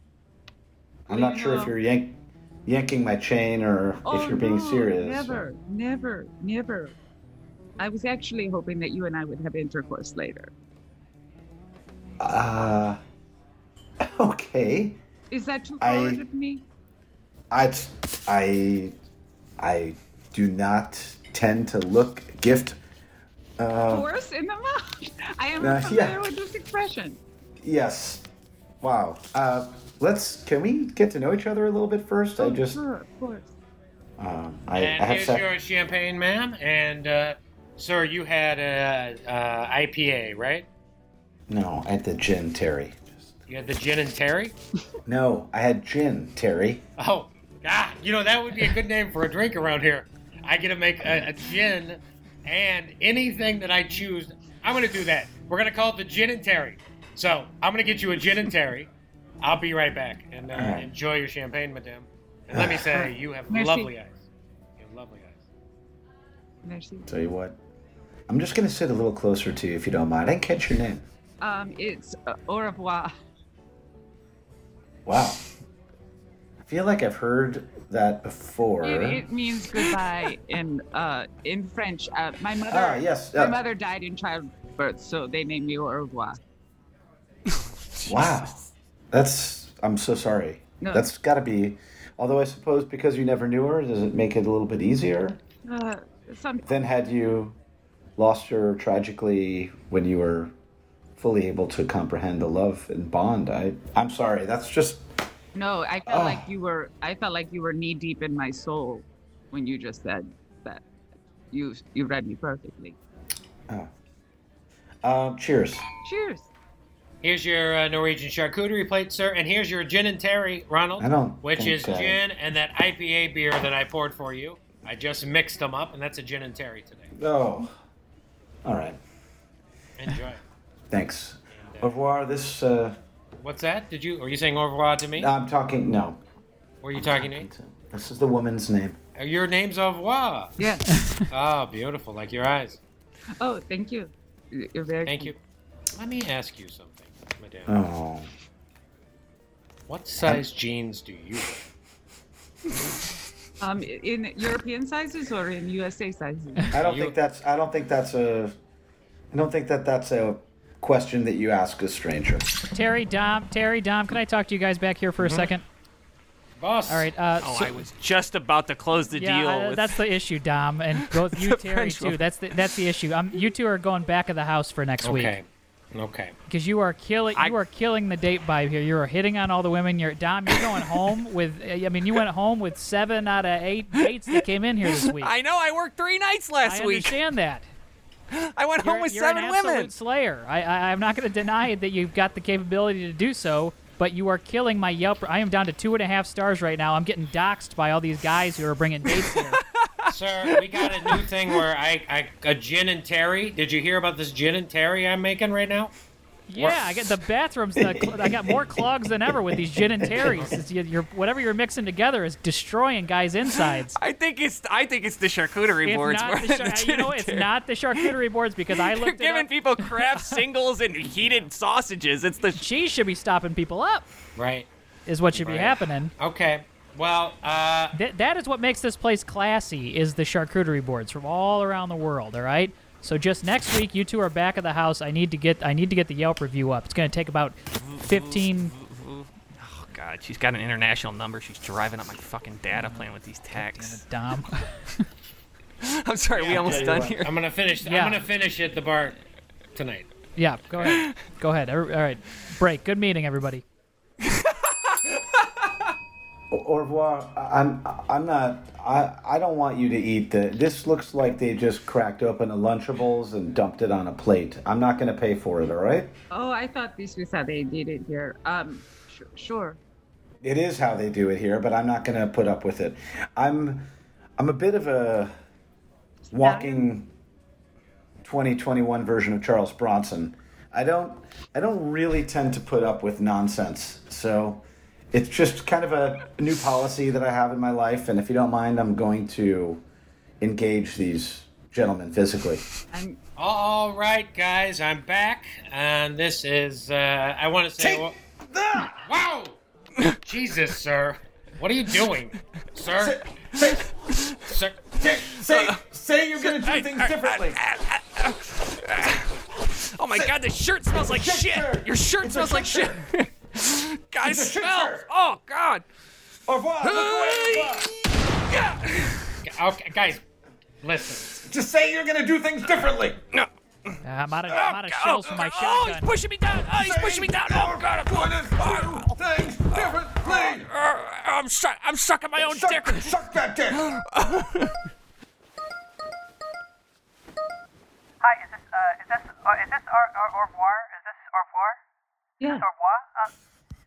I'm Well, not you sure if know- you're yank, yanking my chain or if you're being Oh, no, serious. Never, never, never. I was actually hoping that you and I would have intercourse later. Uh, okay. Is that too I- forward of me? I, I, I do not tend to look gift. Horse in the mouth. I am Uh, familiar yeah. with this expression. Yes. Wow. Uh, let's. Can we get to know each other a little bit first? I just. Oh, Sure, of course. Um, I, I And have. here's sec- your champagne, ma'am. And uh, sir, you had a, uh IPA, right? No, I had the gin, Terry. You had the gin and Terry. No, I had gin, Terry. Oh, ah, you know that would be a good name for a drink around here. I get to make a, a gin, and anything that I choose, I'm gonna do that. We're gonna call it the gin and Terry. So I'm gonna get you a gin and Terry. I'll be right back, and uh, right. enjoy your champagne, madame. And let me say, you have Merci. lovely eyes. You have lovely eyes. Merci. Tell you what. I'm just gonna sit a little closer to you if you don't mind. I didn't catch your name. Um, it's uh, au revoir. Wow. I feel like I've heard that before. It, it means goodbye in uh, in French. Uh, my mother. Ah, yes, My uh, mother died in childbirth, so they named me au revoir. Wow. That's. I'm so sorry. No. That's gotta be. Although I suppose because you never knew her, does it make it a little bit easier? Uh, some Then had you lost her tragically when you were fully able to comprehend the love and bond? I. I'm sorry. That's just. No, I Ah. felt like you were. I felt like you were knee deep in my soul when you just said that. You you read me perfectly. Uh, cheers. Cheers. Here's your uh, Norwegian charcuterie plate, sir, and here's your gin and terry, Ronald. I don't Which think is so. gin and that IPA beer that I poured for you. I just mixed them up, and that's a gin and terry today. Oh, all right. Enjoy. Thanks. Au revoir. This uh, What's that? Did you? Are you saying au revoir to me? I'm talking. No, Were you talking to me? this is the woman's name. Uh, Your name's au revoir. Yeah. Oh, beautiful, like your eyes. oh, thank you. You're very. Thank you. Let me ask you something, madame. Oh, What size jeans do you wear? Um, in European sizes or in USA sizes? I don't You- think that's. I don't think that's a. I don't think that that's a question that you ask a stranger. Terry, Dom, Terry, Dom, can I talk to you guys back here for a second? Boss. All right. Uh, Oh, Mm-hmm. so- I was just about to close the yeah, deal. I- with... that's the issue, Dom, and both you, Terry, French too. woman. That's the that's the issue. Um, you two are going back of the house for next week Okay. Okay. because you are killing I- you are killing the date vibe here. You are hitting on all the women. You're Dom. You're going home with. I mean, you went home with seven out of eight dates that came in here this week. I know. I worked three nights I last week. understand that. I went You're, home with you're seven an absolute women. slayer. I, I, I'm not going to deny that you've got the capability to do so, but you are killing my Yelp. I am down to two and a half stars right now. I'm getting doxxed by all these guys who are bringing dates here. Sir, we got a new thing where I, I a gin and terry. Did you hear about this gin and terry I'm making right now? yeah, I get the bathrooms. The cl- I got more clogs than ever with these gin and terries. It's- you- you're- whatever you're mixing together is destroying guys' insides. I think it's I think it's the charcuterie It's boards. not more the, than char- the you know, gin it's and not the charcuterie boards because I terry. looked They're it giving people up. craft singles and heated sausages. It's the She should be stopping people up, Right. is what should be Right. happening. Okay. Well, uh, Th- that is what makes this place classy is the charcuterie boards from all around the world all right so just next week you two are back at the house i need to get i need to get the yelp review up it's going to take about 15 oh god, she's got an international number. She's driving up my fucking data plan with these texts. dom I'm sorry, we almost done here. I'm gonna finish. Yeah. I'm gonna finish at the bar tonight. yeah go ahead go ahead all right break good meeting everybody Au- Au revoir. I- I'm. I'm not. I. I don't want you to eat the. This looks like they just cracked open a Lunchables and dumped it on a plate. I'm not going to pay for it. All right. Oh, I thought this was how they did it here. Um, sh- sure. It is how they do it here, but I'm not going to put up with it. I'm. I'm a bit of a walking 2021 version of Charles Bronson. I don't. I don't really tend to put up with nonsense. So. It's just kind of a new policy that I have in my life, and if you don't mind, I'm going to engage these gentlemen physically. I'm. All right, guys, I'm back, and this is. Uh, I want to say. wow! Jesus, sir, what are you doing, sir? Say, sir? say, say you're going to do things differently. Oh my god, this shirt smells like Shit, sir. shit. Your shirt It's a smells like shit. shit, Guys, It's a shit, smells. sir. Oh god. Oh, Au revoir. au revoir. Yeah. Okay, guys, listen. Just say you're going to do things differently. No. Uh, i'm out of, I'm out of shells for my oh, he's shotgun pushing me down. Oh, he's pushing me down. Oh god. I'm- Do things differently. Uh, I'm stuck. I'm stuck in my own dick. Suck, suck that dick. Hi, is this uh, is this uh, is this au- au- au revoir? Is this au revoir? Yeah, Au revoir? Uh,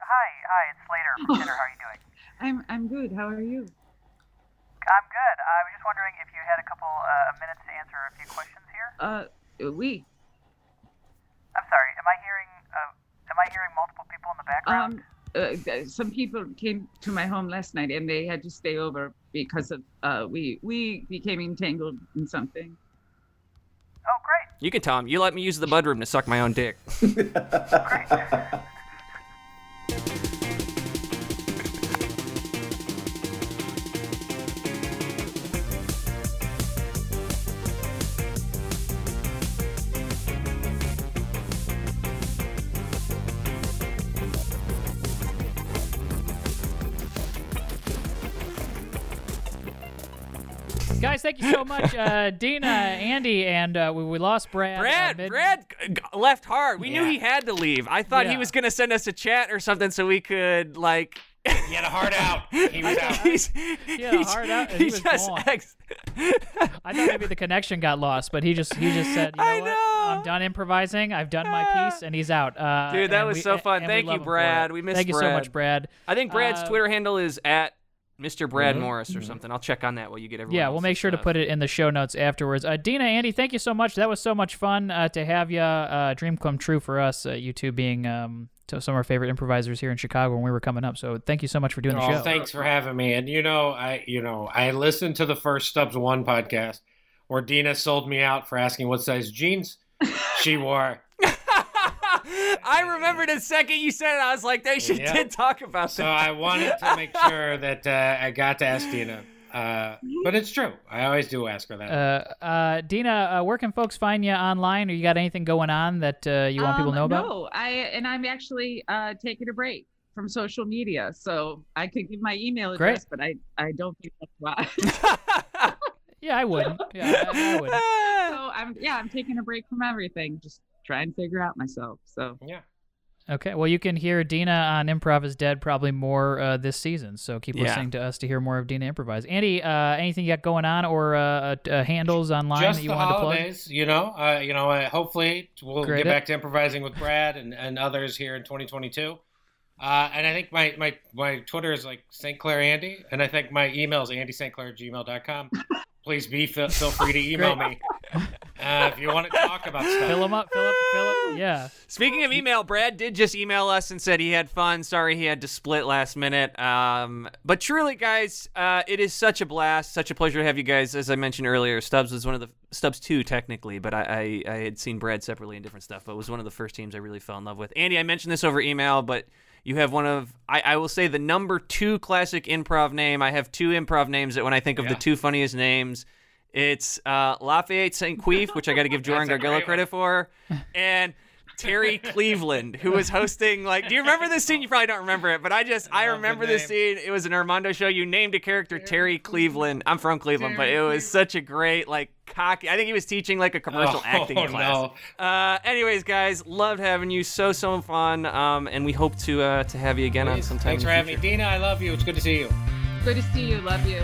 hi, hi, it's Slater from Tinder. How are you doing? I'm. I'm good. How are you? I'm good. I was just wondering if you had a couple uh, minutes to answer a few questions here. Uh, we. I'm sorry. Am I hearing uh, am I hearing multiple people in the background? Um, uh, th- some people came to my home last night and they had to stay over because of uh, we we became entangled in something. oh, great. You can tell him. You let me use the mudroom to suck my own dick. guys thank you so much uh, dina andy and uh, we, we lost brad uh, Brad, mid- Brad g- g- left hard. We knew Yeah. he had to leave. I thought he Yeah. was gonna send us a chat or something so we could like. He had a heart out. He was out. He's, a he's- hard out and he was just gone. ex- i thought maybe the connection got lost but he just he just said you know I what know. I'm done improvising. I've done my piece, and he's out. Uh, Ah. Dude, that and was we- so a- fun. and we Thank you, love him for Brad. it. We miss Thank you so Brad. much, Brad. I think Brad's Uh, Mm-hmm. Twitter handle is at Mr. Brad Morris or something. I'll check on that while you get everyone. Yeah, we'll else's make sure to stuff. put it in the show notes afterwards. Uh, Dina, Andy, thank you so much. That was so much fun uh, to have you. Uh, dream come true for us. Uh, you two being um, t- some of our favorite improvisers here in Chicago when we were coming up. So thank you so much for doing the Oh, show. thanks for having me. And you know, I you know, I listened to the first Stubbs One podcast where Dina sold me out for asking what size jeans she wore. I remember the second you said it, I was like, they should Yeah. did talk about So that. I wanted to make sure that uh, I got to ask Dina. Uh, but it's true. I always do ask her that. Uh, uh, Dina, uh, where can folks find you online? Or you got anything going on that uh, you want people to know Um, about? No, I and I'm actually uh, taking a break from social media, so I could give my email Great. address, but I I don't think that's why. Yeah, I wouldn't. Yeah, I, I wouldn't. so I'm yeah, I'm taking a break from everything, just try and figure out myself. So yeah. Okay, well, you can hear Dina on Improv is Dead probably more uh, this season. So keep Yeah. listening to us to hear more of Dina improvise. Andy, uh, anything you got going on or uh, uh, t- uh, handles online Just that you the wanted holidays, you know. Uh, you know, uh, hopefully we'll Great. get back to improvising with Brad and, and others here in 2022. Uh, and I think my, my, my Twitter is like St. Clair Andy, and I think my email is andy st clair at gmail.com. Please be feel, feel free to email me uh, if you want to talk about to plug? Fill stuff. them up, fill up, fill up. Yeah. Speaking of email, Brad did just email us and said he had fun. Sorry he had to split last minute. Um, but truly, guys, uh, it is such a blast, such a pleasure to have you guys. As I mentioned earlier, Stubbs was one of the Stubbs two technically, but I, I, I had seen Brad separately in different stuff, but was one of the first teams I really fell in love with. Andy, I mentioned this over email, but you have one of I, I will say the number two classic improv name. I have two improv names that when I think of the two funniest names. It's uh, Lafayette St. Queef, which I got to give Jordan Gargillo credit for, and Terry Cleveland, who was hosting. Like, do you remember this scene? You probably don't remember it, but I just I, love the remember this scene. It was an Armando show. You named a character Terry Cleveland. I'm from Cleveland, but it was such a great like cocky. I think he was teaching like a commercial Oh, acting class. Uh, anyways, guys, loved having you. So so fun. Um, and we hope to uh, to have you again on sometime. Thanks in for the having me. future. Dina, I love you. It's good to see you. good to see you. Love you.